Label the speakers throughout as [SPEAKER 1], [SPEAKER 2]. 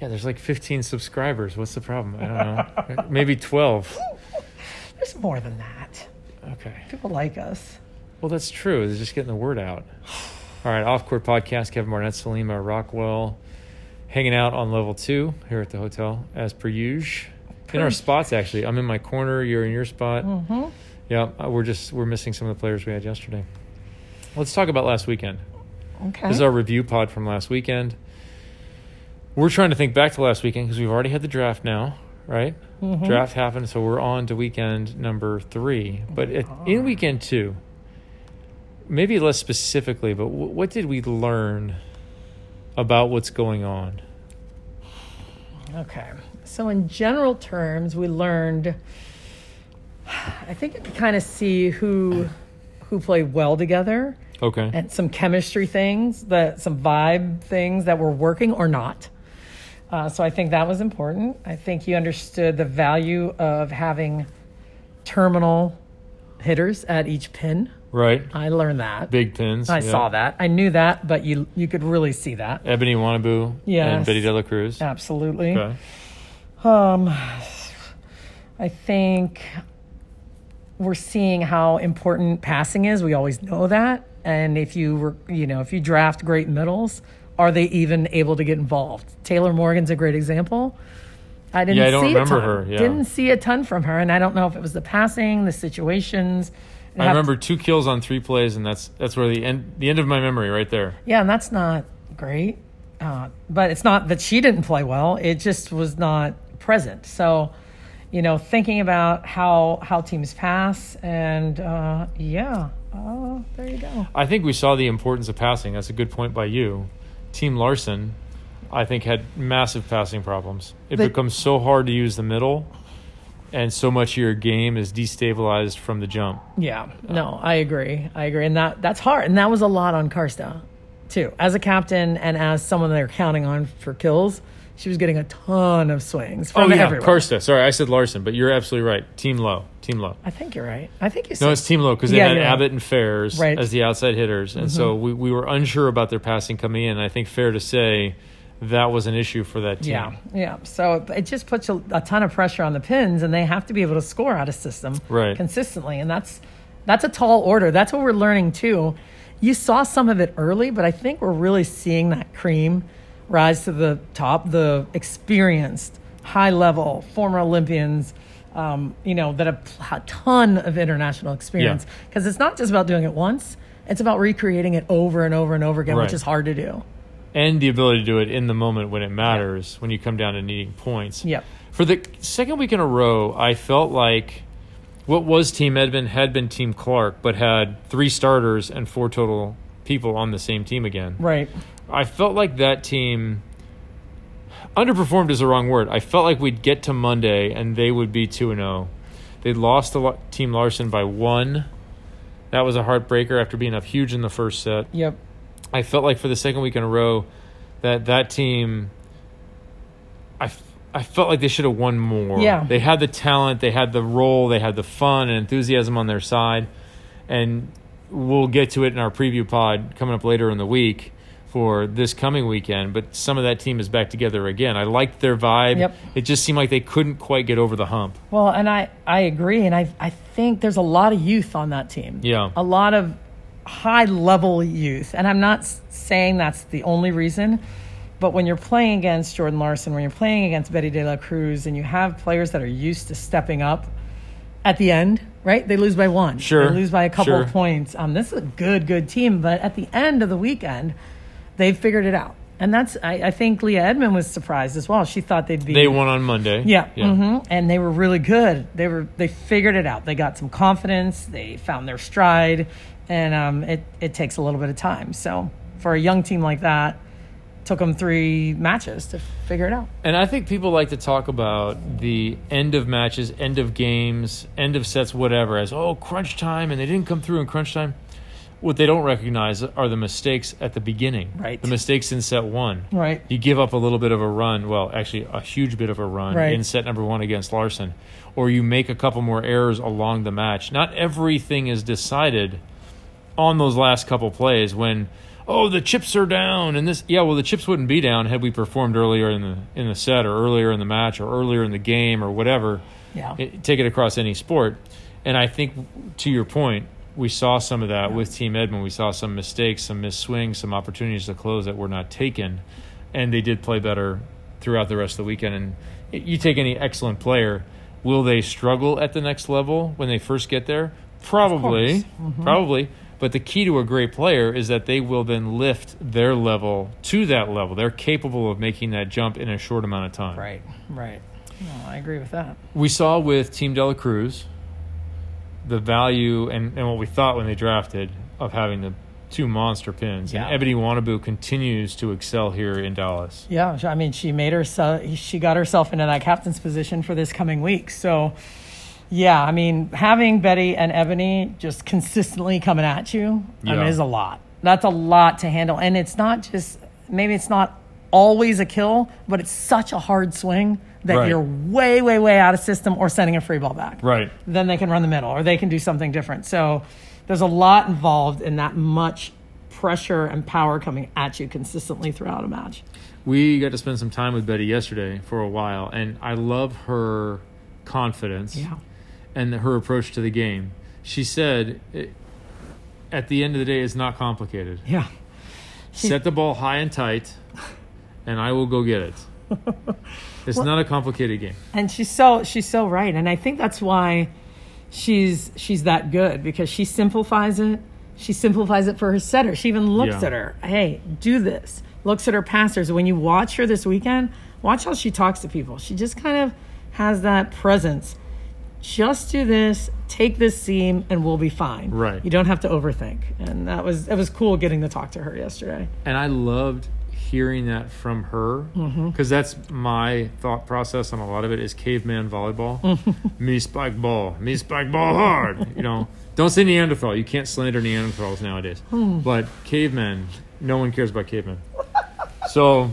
[SPEAKER 1] Yeah, there's like 15 subscribers. What's the problem? I don't know. Maybe 12.
[SPEAKER 2] There's more than that.
[SPEAKER 1] Okay.
[SPEAKER 2] People like us.
[SPEAKER 1] Well, that's true. They're just getting the word out. All right, off court podcast. Kevin Barnett, Salima Rockwell, hanging out on level two here at the hotel, as per usual. In our spots, actually, I'm in my corner. You're in your spot.
[SPEAKER 2] Mm-hmm.
[SPEAKER 1] Yeah, uh, we're just we're missing some of the players we had yesterday. Let's talk about last weekend.
[SPEAKER 2] Okay.
[SPEAKER 1] This is our review pod from last weekend. We're trying to think back to last weekend because we've already had the draft now, right?
[SPEAKER 2] Mhm.
[SPEAKER 1] Draft happened, so we're on to weekend number three. But at, in weekend two, maybe less specifically, but w- what did we learn about what's going on?
[SPEAKER 2] Okay. So, in general terms, we learned. I think you could kind of see who who played well together
[SPEAKER 1] Okay.
[SPEAKER 2] and some chemistry things, that some vibe things that were working or not. Uh, so I think that was important. I think you understood the value of having terminal hitters at each pin.
[SPEAKER 1] right.
[SPEAKER 2] I learned that.
[SPEAKER 1] Big pins.
[SPEAKER 2] I
[SPEAKER 1] yeah.
[SPEAKER 2] saw that. I knew that, but you you could really see that.
[SPEAKER 1] Ebony Wanabu and
[SPEAKER 2] Yes.
[SPEAKER 1] Betty De La Cruz.
[SPEAKER 2] Absolutely.
[SPEAKER 1] Okay.
[SPEAKER 2] Um, I think we're seeing how important passing is. We always know that. And if you were, you know, if you draft great middles, are they even able to get involved? Taylor Morgan's a great example. I didn't
[SPEAKER 1] Yeah, I don't
[SPEAKER 2] see
[SPEAKER 1] remember
[SPEAKER 2] a ton.
[SPEAKER 1] her, yeah.
[SPEAKER 2] Didn't see a ton from her, and I don't know if it was the passing, the situations. It'd
[SPEAKER 1] I
[SPEAKER 2] have to-
[SPEAKER 1] remember two kills on three plays, and that's that's where the end the end of my memory right there.
[SPEAKER 2] yeah, and that's not great. Uh, but it's not that she didn't play well; it just was not present. So, you know, thinking about how how teams pass, and uh, yeah, oh, there you go.
[SPEAKER 1] I think we saw the importance of passing. That's a good point by you. Team Larson, I think, had massive passing problems. It
[SPEAKER 2] But-
[SPEAKER 1] becomes so hard to use the middle, and so much of your game is destabilized from the jump.
[SPEAKER 2] Yeah, no, I agree. I agree, and that that's hard, and that was a lot on Karsta, too. As a captain and as someone they're counting on for kills, she was getting a ton of swings from
[SPEAKER 1] Oh,
[SPEAKER 2] everyone.
[SPEAKER 1] Karsta. Sorry, I said Larson, but you're absolutely right. Team Low. Team Low.
[SPEAKER 2] I think you're right. I think you said
[SPEAKER 1] No, it's Team Low because they
[SPEAKER 2] Yeah,
[SPEAKER 1] had
[SPEAKER 2] yeah.
[SPEAKER 1] Abbott and Fairs
[SPEAKER 2] Right. Mm-hmm.
[SPEAKER 1] as the outside hitters. And so we, we were unsure about their passing coming in. I think fair to say that was an issue for that team.
[SPEAKER 2] Yeah, yeah. So it just puts a, a ton of pressure on the pins, and they have to be able to score out of system
[SPEAKER 1] Right.
[SPEAKER 2] consistently, and that's that's a tall order. That's what we're learning too. You saw some of it early, but I think we're really seeing that cream rise to the top. The experienced, high level, former Olympians. Um, you know that have pl- a ton of international experience because it's not just about doing it once; it's about recreating it over and over and over again,
[SPEAKER 1] Right.
[SPEAKER 2] which is hard to do.
[SPEAKER 1] and the ability to do it in the moment when it matters when you come down to needing points.
[SPEAKER 2] Yep.
[SPEAKER 1] For the second week in a row, I felt like what was Team Edmond had been Team Clark, but had three starters and four total people on the same team again.
[SPEAKER 2] Right.
[SPEAKER 1] I felt like that team underperformed is the wrong word. I felt like we'd get to Monday and they would be 2 and 0. They lost to Lo- Team Larson by 1. That was a heartbreaker after being up huge in the first set.
[SPEAKER 2] Yep.
[SPEAKER 1] I felt like for the second week in a row that that team, I, f- I felt like they should have won more.
[SPEAKER 2] Yeah.
[SPEAKER 1] They had the talent, they had the role, they had the fun and enthusiasm on their side. And we'll get to it in our preview pod coming up later in the week for this coming weekend. But some of that team is back together again. I liked their vibe.
[SPEAKER 2] Yep.
[SPEAKER 1] It just seemed like they couldn't quite get over the hump.
[SPEAKER 2] Well, and I, I agree. And I, I think there's a lot of youth on that team.
[SPEAKER 1] Yeah.
[SPEAKER 2] A lot of high level youth. And I'm not s- saying that's the only reason, but when you're playing against Jordan Larson, when you're playing against Betty De La Cruz, and you have players that are used to stepping up at the end, right? They lose by one.
[SPEAKER 1] Sure.
[SPEAKER 2] They lose by a couple
[SPEAKER 1] Sure.
[SPEAKER 2] of points. Um, this is a good, good team. But at the end of the weekend, they've figured it out. And that's, I, I think Leah Edmond was surprised as well. She thought they'd be.
[SPEAKER 1] They won on Monday.
[SPEAKER 2] Mm-hmm. Yeah. hmm And they were really good. They were they figured it out. They got some confidence. They found their stride, and um, it it takes a little bit of time. So for a young team like that, took them three matches to figure it out.
[SPEAKER 1] And I think people like to talk about the end of matches, end of games, end of sets, whatever, as oh, crunch time, and they didn't come through in crunch time. What they don't recognize are the mistakes at the beginning.
[SPEAKER 2] Right.
[SPEAKER 1] The mistakes in set one.
[SPEAKER 2] Right.
[SPEAKER 1] You give up a little bit of a run, well, actually, a huge bit of a run
[SPEAKER 2] Right.
[SPEAKER 1] in set number one against Larson, or you make a couple more errors along the match. Not everything is decided on those last couple plays when oh, the chips are down, and this. Yeah, well, the chips wouldn't be down had we performed earlier in the in the set, or earlier in the match, or earlier in the game, or whatever.
[SPEAKER 2] Yeah.
[SPEAKER 1] It- take it across any sport, and I think to your point, we saw some of that with Team Edmund. We saw some mistakes, some missed swings, some opportunities to close that were not taken, and they did play better throughout the rest of the weekend. And y- you take any excellent player, will they struggle at the next level when they first get there? Probably,
[SPEAKER 2] course.
[SPEAKER 1] probably. But the key to a great player is that they will then lift their level to that level. They're capable of making that jump in a short amount of time.
[SPEAKER 2] Right. Right. No, I agree with that.
[SPEAKER 1] We saw with Team Dela Cruz the value and, and what we thought when they drafted of having the two monster pins.
[SPEAKER 2] Yeah.
[SPEAKER 1] And Ebony Wanabu continues to excel here in Dallas.
[SPEAKER 2] Yeah, I mean, she made herself. She got herself into that captain's position for this coming week. So, yeah, I mean, having Betty and Ebony just consistently coming at you, I mean,
[SPEAKER 1] Yeah.
[SPEAKER 2] is a lot. That's a lot to handle, and it's not just maybe it's not always a kill, but it's such a hard swing that
[SPEAKER 1] Right.
[SPEAKER 2] you're way, way, way out of system or sending a free ball back
[SPEAKER 1] Right.
[SPEAKER 2] then they can run the middle or they can do something different. So there's a lot involved in that much pressure and power coming at you consistently throughout a match.
[SPEAKER 1] We got to spend some time with Betty yesterday for a while, and I love her confidence. and her approach to the game. She said, it, at the end of the day, it's not complicated.
[SPEAKER 2] Yeah.
[SPEAKER 1] Set the ball high and tight, and I will go get it. It's not a complicated game.
[SPEAKER 2] And she's so she's so right. And I think that's why she's she's that good because she simplifies it. She simplifies it for her setter. She even looks
[SPEAKER 1] Yeah.
[SPEAKER 2] at her. Hey, do this. Looks at her passers. When you watch her this weekend, watch how she talks to people. She just kind of has that presence. Just do this, take this seam, and we'll be fine.
[SPEAKER 1] Right.
[SPEAKER 2] You don't have to overthink. And that was it was cool getting to talk to her yesterday.
[SPEAKER 1] And I loved hearing that from her because that's my thought process on a lot of it is caveman volleyball. me spike ball, me spike ball hard. You know, don't say Neanderthal. You can't slander Neanderthals nowadays. But cavemen, no one cares about cavemen. So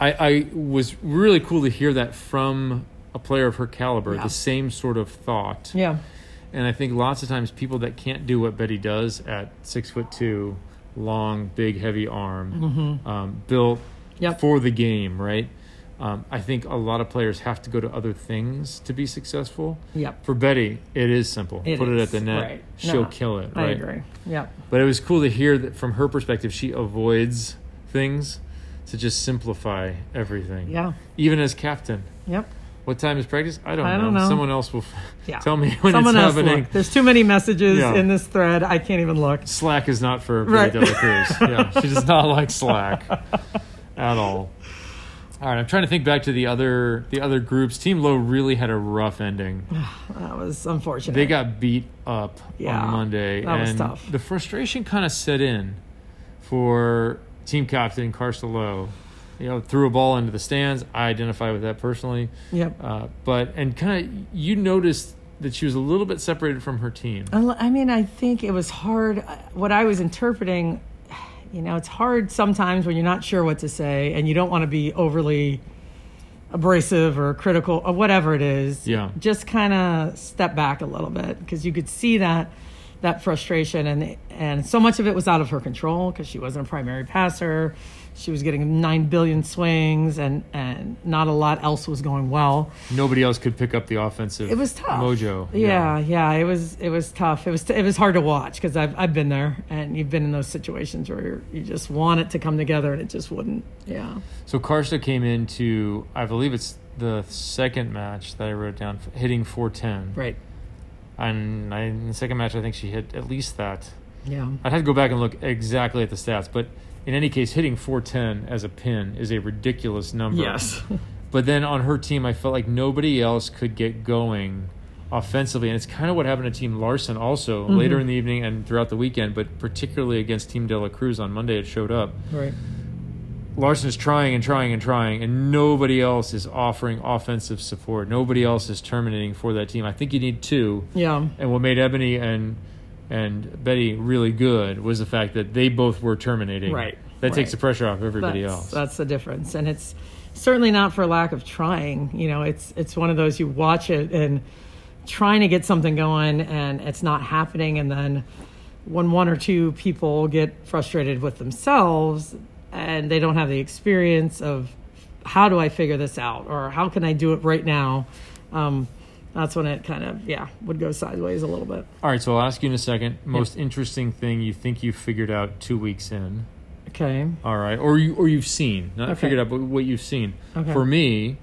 [SPEAKER 1] I, I was really cool to hear that from a player of her caliber,
[SPEAKER 2] Yeah.
[SPEAKER 1] the same sort of thought.
[SPEAKER 2] Yeah.
[SPEAKER 1] And I think lots of times people that can't do what Betty does at six foot two, long, big, heavy arm, um, built
[SPEAKER 2] Mm-hmm. Yep.
[SPEAKER 1] for the game, right? Um, I think a lot of players have to go to other things to be successful.
[SPEAKER 2] Yep.
[SPEAKER 1] For Betty, it is simple. Put it at the
[SPEAKER 2] is,
[SPEAKER 1] net,
[SPEAKER 2] right.
[SPEAKER 1] she'll
[SPEAKER 2] No,
[SPEAKER 1] kill it,
[SPEAKER 2] I
[SPEAKER 1] right?
[SPEAKER 2] agree. Yep.
[SPEAKER 1] But it was cool to hear that from her perspective, she avoids things to just simplify everything.
[SPEAKER 2] Yeah.
[SPEAKER 1] Even as captain.
[SPEAKER 2] Yep.
[SPEAKER 1] What time is practice? I don't,
[SPEAKER 2] I don't know.
[SPEAKER 1] Someone else will f-
[SPEAKER 2] Yeah.
[SPEAKER 1] tell me when
[SPEAKER 2] Someone
[SPEAKER 1] it's
[SPEAKER 2] else
[SPEAKER 1] happening.
[SPEAKER 2] look. There's too many messages
[SPEAKER 1] Yeah.
[SPEAKER 2] in this thread. I can't even look.
[SPEAKER 1] Slack is not for
[SPEAKER 2] Right.
[SPEAKER 1] Betty Dela Cruz. yeah, she does not like Slack at all. All right, I'm trying to think back to the other the other groups. Team Low really had a rough ending.
[SPEAKER 2] That was unfortunate.
[SPEAKER 1] They got beat up
[SPEAKER 2] Yeah,
[SPEAKER 1] on Monday,
[SPEAKER 2] that was
[SPEAKER 1] and
[SPEAKER 2] tough.
[SPEAKER 1] the frustration kind of set in for team captain Carson Low. You know, threw a ball into the stands. I identify with that personally.
[SPEAKER 2] Yep.
[SPEAKER 1] Uh, but and kind of you noticed that she was a little bit separated from her team.
[SPEAKER 2] Unle- I mean, I think it was hard. uh, What I was interpreting, you know, it's hard sometimes when you're not sure what to say and you don't want to be overly abrasive or critical or whatever it is.
[SPEAKER 1] Yeah.
[SPEAKER 2] Just kind of step back a little bit because you could see that that frustration and and so much of it was out of her control because she wasn't a primary passer. She was getting nine billion swings and and not a lot else was going well
[SPEAKER 1] Nobody else could pick up the offensive.
[SPEAKER 2] it was tough.
[SPEAKER 1] Mojo.
[SPEAKER 2] Yeah, yeah, it was it was tough. It was it was hard to watch because I've I've been there and you've been in those situations where you're, you just want it to come together and it just wouldn't. Yeah.
[SPEAKER 1] So Karsta came into, I believe it's the second match that I wrote down, f- hitting 410.
[SPEAKER 2] Right.
[SPEAKER 1] And I, in the second match, I think she hit at least that.
[SPEAKER 2] Yeah.
[SPEAKER 1] I'd have to go back and look exactly at the stats, but in any case, hitting 410 as a pin is a ridiculous number.
[SPEAKER 2] Yes.
[SPEAKER 1] But then on her team, I felt like nobody else could get going offensively. And it's kind of what happened to Team Larson also
[SPEAKER 2] Mm-hmm.
[SPEAKER 1] later in the evening and throughout the weekend, but particularly against Team De La Cruz on Monday, it showed up.
[SPEAKER 2] right.
[SPEAKER 1] Larson is trying and trying and trying, and nobody else is offering offensive support. Nobody else is terminating for that team. I think you need two.
[SPEAKER 2] Yeah.
[SPEAKER 1] And what made Ebony and and Betty really good was the fact that they both were terminating.
[SPEAKER 2] Right,
[SPEAKER 1] That takes
[SPEAKER 2] right. uh,
[SPEAKER 1] the pressure off everybody
[SPEAKER 2] that's,
[SPEAKER 1] else.
[SPEAKER 2] That's the difference, and it's certainly not for lack of trying. You know, it's it's one of those you watch it and trying to get something going, and it's not happening, and then when one or two people get frustrated with themselves and they don't have the experience of how do I figure this out or how can I do it right now, um, that's when it kind of yeah would go sideways a little bit.
[SPEAKER 1] All right, so I'll ask you in a second. Most interesting thing you think you figured out two weeks in?
[SPEAKER 2] Okay.
[SPEAKER 1] All right, or you or you've seen not
[SPEAKER 2] Okay.
[SPEAKER 1] figured out, but what you've seen.
[SPEAKER 2] Okay.
[SPEAKER 1] For me,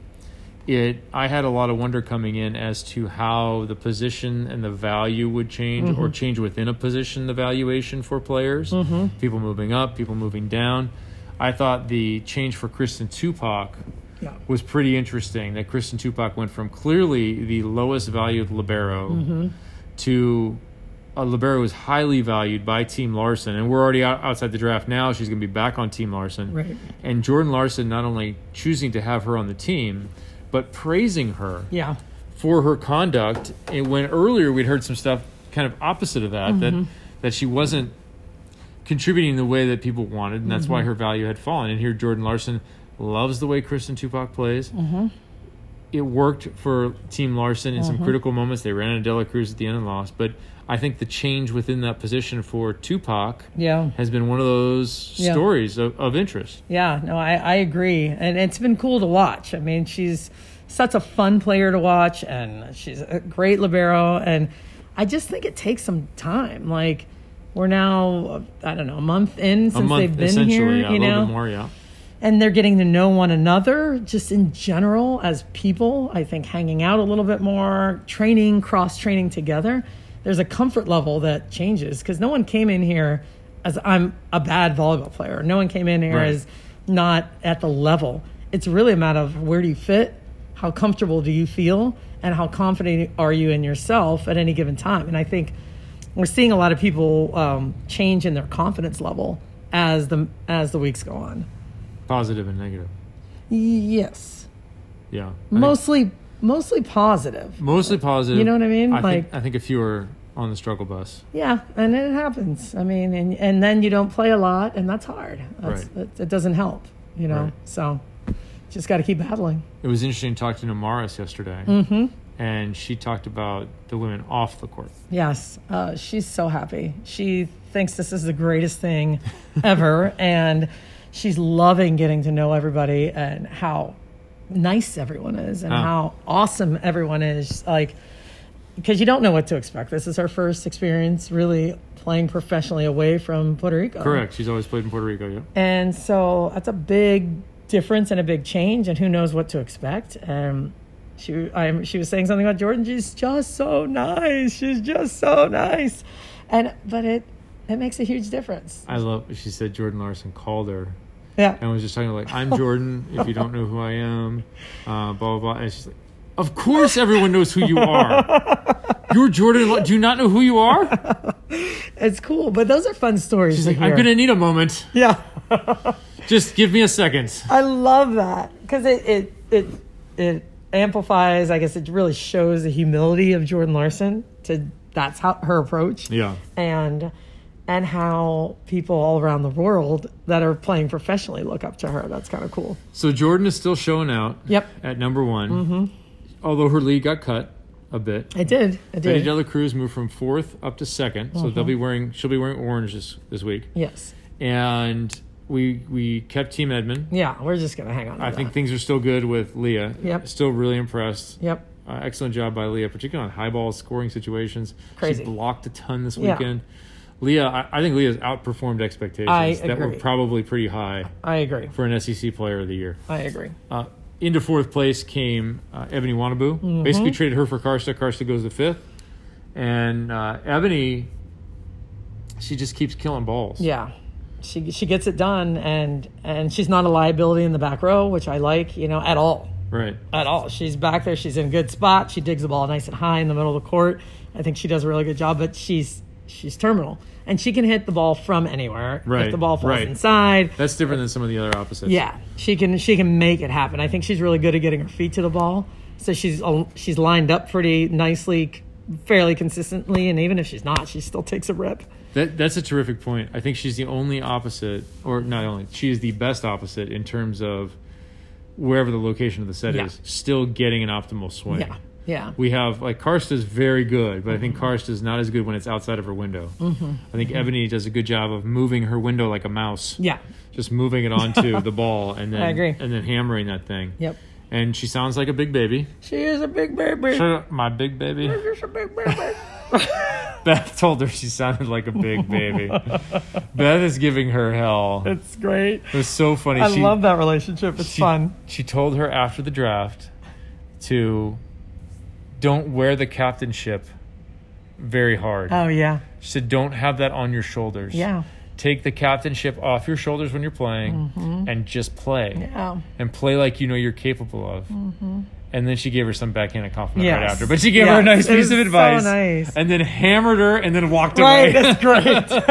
[SPEAKER 1] it I had a lot of wonder coming in as to how the position and the value would change,
[SPEAKER 2] Mm-hmm.
[SPEAKER 1] or change within a position the valuation for players.
[SPEAKER 2] Mm-hmm.
[SPEAKER 1] People moving up, people moving down. I thought the change for Kristen Tupac
[SPEAKER 2] Yeah.
[SPEAKER 1] was pretty interesting. That Kristen Tupac went from clearly the lowest valued libero to a libero is highly valued by Team Larson, and we're already out, outside the draft now. She's going to be back on Team Larson,
[SPEAKER 2] Right.
[SPEAKER 1] and Jordan Larson not only choosing to have her on the team, but praising her
[SPEAKER 2] Yeah.
[SPEAKER 1] for her conduct. And when earlier we'd heard some stuff kind of opposite of that, that
[SPEAKER 2] Mm-hmm.
[SPEAKER 1] that she wasn't contributing the way that people wanted, and that's why
[SPEAKER 2] Mm-hmm.
[SPEAKER 1] her value had fallen. And here Jordan Larson loves the way Kristen Tupac plays.
[SPEAKER 2] Mm-hmm.
[SPEAKER 1] It worked for Team Larson in some critical moments. They ran into Dela Cruz at the end and lost, but I think the change within that position for Tupac
[SPEAKER 2] Yeah.
[SPEAKER 1] has been one of those
[SPEAKER 2] Yeah.
[SPEAKER 1] stories of, of interest.
[SPEAKER 2] Yeah, no, I, I agree. And it's been cool to watch. I mean, she's such a fun player to watch, and she's a great Libero. And I just think it takes some time. Like, we're now, I don't know, a month in
[SPEAKER 1] a
[SPEAKER 2] since
[SPEAKER 1] month
[SPEAKER 2] they've been
[SPEAKER 1] essentially,
[SPEAKER 2] here,
[SPEAKER 1] yeah,
[SPEAKER 2] you
[SPEAKER 1] a little
[SPEAKER 2] know?
[SPEAKER 1] bit more, yeah.
[SPEAKER 2] And they're getting to know one another just in general as people. I think hanging out a little bit more, training, cross training together. There's a comfort level that changes because no one came in here as I'm a bad volleyball player. No one came in here
[SPEAKER 1] Right.
[SPEAKER 2] as not at the level. It's really a matter of where do you fit, how comfortable do you feel, and how confident are you in yourself at any given time. And I think we're seeing a lot of people um, change in their confidence level as the as the weeks go on.
[SPEAKER 1] Positive and negative.
[SPEAKER 2] Yes,
[SPEAKER 1] Yeah. I think-
[SPEAKER 2] mostly mostly positive.
[SPEAKER 1] Mostly positive.
[SPEAKER 2] You know what I mean?
[SPEAKER 1] I
[SPEAKER 2] Like-
[SPEAKER 1] think, I think a few are on the struggle bus.
[SPEAKER 2] Yeah, and it happens. I mean, and and then you don't play a lot, and that's hard. That's,
[SPEAKER 1] Right.
[SPEAKER 2] that, that doesn't help. You know,
[SPEAKER 1] Right.
[SPEAKER 2] so just got to keep battling.
[SPEAKER 1] It was interesting talking to Maris yesterday,
[SPEAKER 2] Mm-hmm.
[SPEAKER 1] and she talked about the women off the court.
[SPEAKER 2] Yes, uh, she's so happy. She thinks this is the greatest thing ever, and she's loving getting to know everybody and how nice everyone is and
[SPEAKER 1] Ah.
[SPEAKER 2] how awesome everyone is. Like, because you don't know what to expect. This is her first experience really playing professionally away from Puerto Rico.
[SPEAKER 1] Correct. She's always played in Puerto Rico. Yeah.
[SPEAKER 2] And so that's a big difference and a big change, and who knows what to expect. Um, she, I'm, she was saying something about Jordan. She's just so nice. She's just so nice, and but it it makes a huge difference.
[SPEAKER 1] I love. She said Jordan Larson called her
[SPEAKER 2] Yeah,
[SPEAKER 1] and was just talking like, "I'm Jordan. if you don't know who I am, uh, blah blah blah." And she's like, "Of course, everyone knows who you are. You're Jordan. La- Do you not know who you are?"
[SPEAKER 2] it's cool. But those are fun stories.
[SPEAKER 1] She's
[SPEAKER 2] to
[SPEAKER 1] like, "I'm
[SPEAKER 2] hear.
[SPEAKER 1] gonna need a moment.
[SPEAKER 2] Yeah,
[SPEAKER 1] Just give me a second.
[SPEAKER 2] I love that because it it it it amplifies. I guess it really shows the humility of Jordan Larson. To that's how her approach.
[SPEAKER 1] Yeah.
[SPEAKER 2] and and how people all around the world that are playing professionally look up to her. That's kind of cool.
[SPEAKER 1] So Jordan is still showing out.
[SPEAKER 2] Yep.
[SPEAKER 1] At number one, although her lead got cut a bit.
[SPEAKER 2] Mm-hmm. It did. It
[SPEAKER 1] Betty
[SPEAKER 2] did.
[SPEAKER 1] Dela Cruz moved from fourth up to 2nd so
[SPEAKER 2] Mm-hmm.
[SPEAKER 1] they'll be wearing. She'll be wearing orange this, this week,
[SPEAKER 2] Yes.
[SPEAKER 1] and we we kept Team Edmond.
[SPEAKER 2] Yeah, we're just gonna hang on. To
[SPEAKER 1] I
[SPEAKER 2] that.
[SPEAKER 1] think things are still good with Leah.
[SPEAKER 2] Yep.
[SPEAKER 1] Still really impressed.
[SPEAKER 2] Yep.
[SPEAKER 1] Uh, excellent job by Leah, particularly on high ball scoring situations.
[SPEAKER 2] Crazy.
[SPEAKER 1] She blocked a ton this
[SPEAKER 2] Yeah.
[SPEAKER 1] weekend. Leah, I, I think Leah's outperformed expectations
[SPEAKER 2] I
[SPEAKER 1] that were
[SPEAKER 2] agree.
[SPEAKER 1] probably pretty high
[SPEAKER 2] I agree.
[SPEAKER 1] for an SEC Player of the Year.
[SPEAKER 2] I agree.
[SPEAKER 1] Uh, into fourth place came uh, Ebony Wanabu.
[SPEAKER 2] Mm-hmm.
[SPEAKER 1] Basically traded her for Karsta. Karsta goes to fifth. And uh, Ebony, she just keeps killing balls.
[SPEAKER 2] Yeah. She she gets it done and and she's not a liability in the back row, which I like, you know, at all.
[SPEAKER 1] Right.
[SPEAKER 2] At all. She's back there, she's in a good spot, she digs the ball nice and high in the middle of the court. I think she does a really good job, but she's she's terminal. And she can hit the ball from anywhere.
[SPEAKER 1] Right,
[SPEAKER 2] If the ball falls
[SPEAKER 1] right.
[SPEAKER 2] inside,
[SPEAKER 1] That's different than some of the other opposites.
[SPEAKER 2] Yeah, she can she can make it happen. I think she's really good at getting her feet to the ball. So she's a- she's lined up pretty nicely, c- fairly consistently, and even if she's not, she still takes a rip.
[SPEAKER 1] That, that's a terrific point. I think she's the only opposite, or not only, she is the best opposite in terms of wherever the location of the set
[SPEAKER 2] Yeah.
[SPEAKER 1] is, still getting an optimal swing.
[SPEAKER 2] Yeah, Yeah.
[SPEAKER 1] We have like Karsta's very good, but I think Karsta's not as good when it's outside of her window.
[SPEAKER 2] Mm-hmm.
[SPEAKER 1] I think Ebony does a good job of moving her window like a mouse,
[SPEAKER 2] Yeah.
[SPEAKER 1] just moving it onto the ball and then
[SPEAKER 2] I agree.
[SPEAKER 1] and then hammering that thing.
[SPEAKER 2] Yep.
[SPEAKER 1] And she sounds like a big baby.
[SPEAKER 2] She is a big baby.
[SPEAKER 1] Shut up, my big baby.
[SPEAKER 2] She's a big baby.
[SPEAKER 1] Beth told her she sounded like a big baby. Beth is giving her hell. It
[SPEAKER 2] it's great.
[SPEAKER 1] was so funny.
[SPEAKER 2] I
[SPEAKER 1] she,
[SPEAKER 2] love that relationship. It's
[SPEAKER 1] she,
[SPEAKER 2] fun.
[SPEAKER 1] She told her after the draft to don't wear the captainship very hard.
[SPEAKER 2] Oh yeah.
[SPEAKER 1] she said, don't have that on your shoulders.
[SPEAKER 2] Yeah.
[SPEAKER 1] Take the captainship off your shoulders when you're playing and just play.
[SPEAKER 2] Mm-hmm. Yeah. Mm-hmm.
[SPEAKER 1] And play like you know you're capable of. And then she gave her some backhanded compliment right
[SPEAKER 2] Yes.
[SPEAKER 1] after. But she gave her a
[SPEAKER 2] Yes.
[SPEAKER 1] nice
[SPEAKER 2] It
[SPEAKER 1] piece
[SPEAKER 2] was
[SPEAKER 1] of
[SPEAKER 2] so
[SPEAKER 1] advice.
[SPEAKER 2] nice.
[SPEAKER 1] And then hammered her and then walked
[SPEAKER 2] Right,
[SPEAKER 1] away.
[SPEAKER 2] that's great.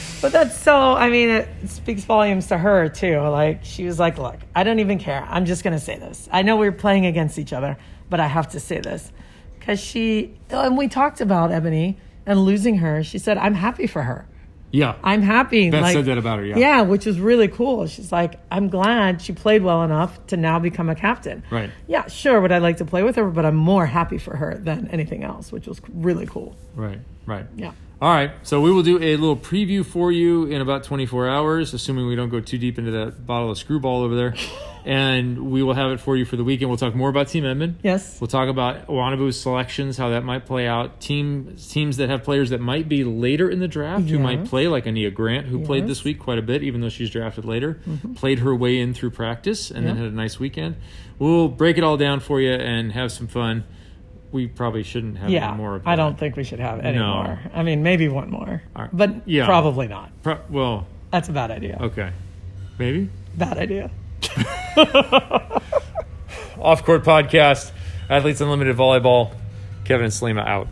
[SPEAKER 2] but that's so, I mean, it speaks volumes to her too. Like, she was like, Look, I don't even care. I'm just going to say this. I know we're playing against each other, but I have to say this. Because she, and we talked about Ebony and losing her. She said, I'm happy for her.
[SPEAKER 1] yeah.
[SPEAKER 2] I'm happy.
[SPEAKER 1] Beth
[SPEAKER 2] like,
[SPEAKER 1] said that about her, yeah.
[SPEAKER 2] Yeah, which is really cool. She's like, I'm glad she played well enough to now become a captain.
[SPEAKER 1] Right.
[SPEAKER 2] Yeah, sure, would I like to play with her, but I'm more happy for her than anything else, which was really cool.
[SPEAKER 1] Right, right.
[SPEAKER 2] Yeah.
[SPEAKER 1] All right, so we will do a little preview for you in about 24 hours, assuming we don't go too deep into that bottle of screwball over there. and we will have it for you for the weekend. We'll talk more about Team Edmond.
[SPEAKER 2] Yes.
[SPEAKER 1] We'll talk about Wanabu's selections, how that might play out. Team teams that have players that might be later in the draft who might
[SPEAKER 2] Yes.
[SPEAKER 1] play, like Ania Grant, who played this week quite a bit, even though she's drafted later, played her way in through practice and then
[SPEAKER 2] Mm-hmm. Yeah.
[SPEAKER 1] had a nice weekend. We'll break it all down for you and have some fun. We probably shouldn't have
[SPEAKER 2] Yeah,
[SPEAKER 1] any more of
[SPEAKER 2] I
[SPEAKER 1] that.
[SPEAKER 2] don't think we should have any
[SPEAKER 1] No.
[SPEAKER 2] more. I mean, maybe one more,
[SPEAKER 1] All right.
[SPEAKER 2] but
[SPEAKER 1] Yeah.
[SPEAKER 2] probably not.
[SPEAKER 1] Pro- well,
[SPEAKER 2] That's a bad idea.
[SPEAKER 1] Okay. Maybe.
[SPEAKER 2] Bad idea.
[SPEAKER 1] Off court podcast, Athletes Unlimited Volleyball. Kevin and Salima out.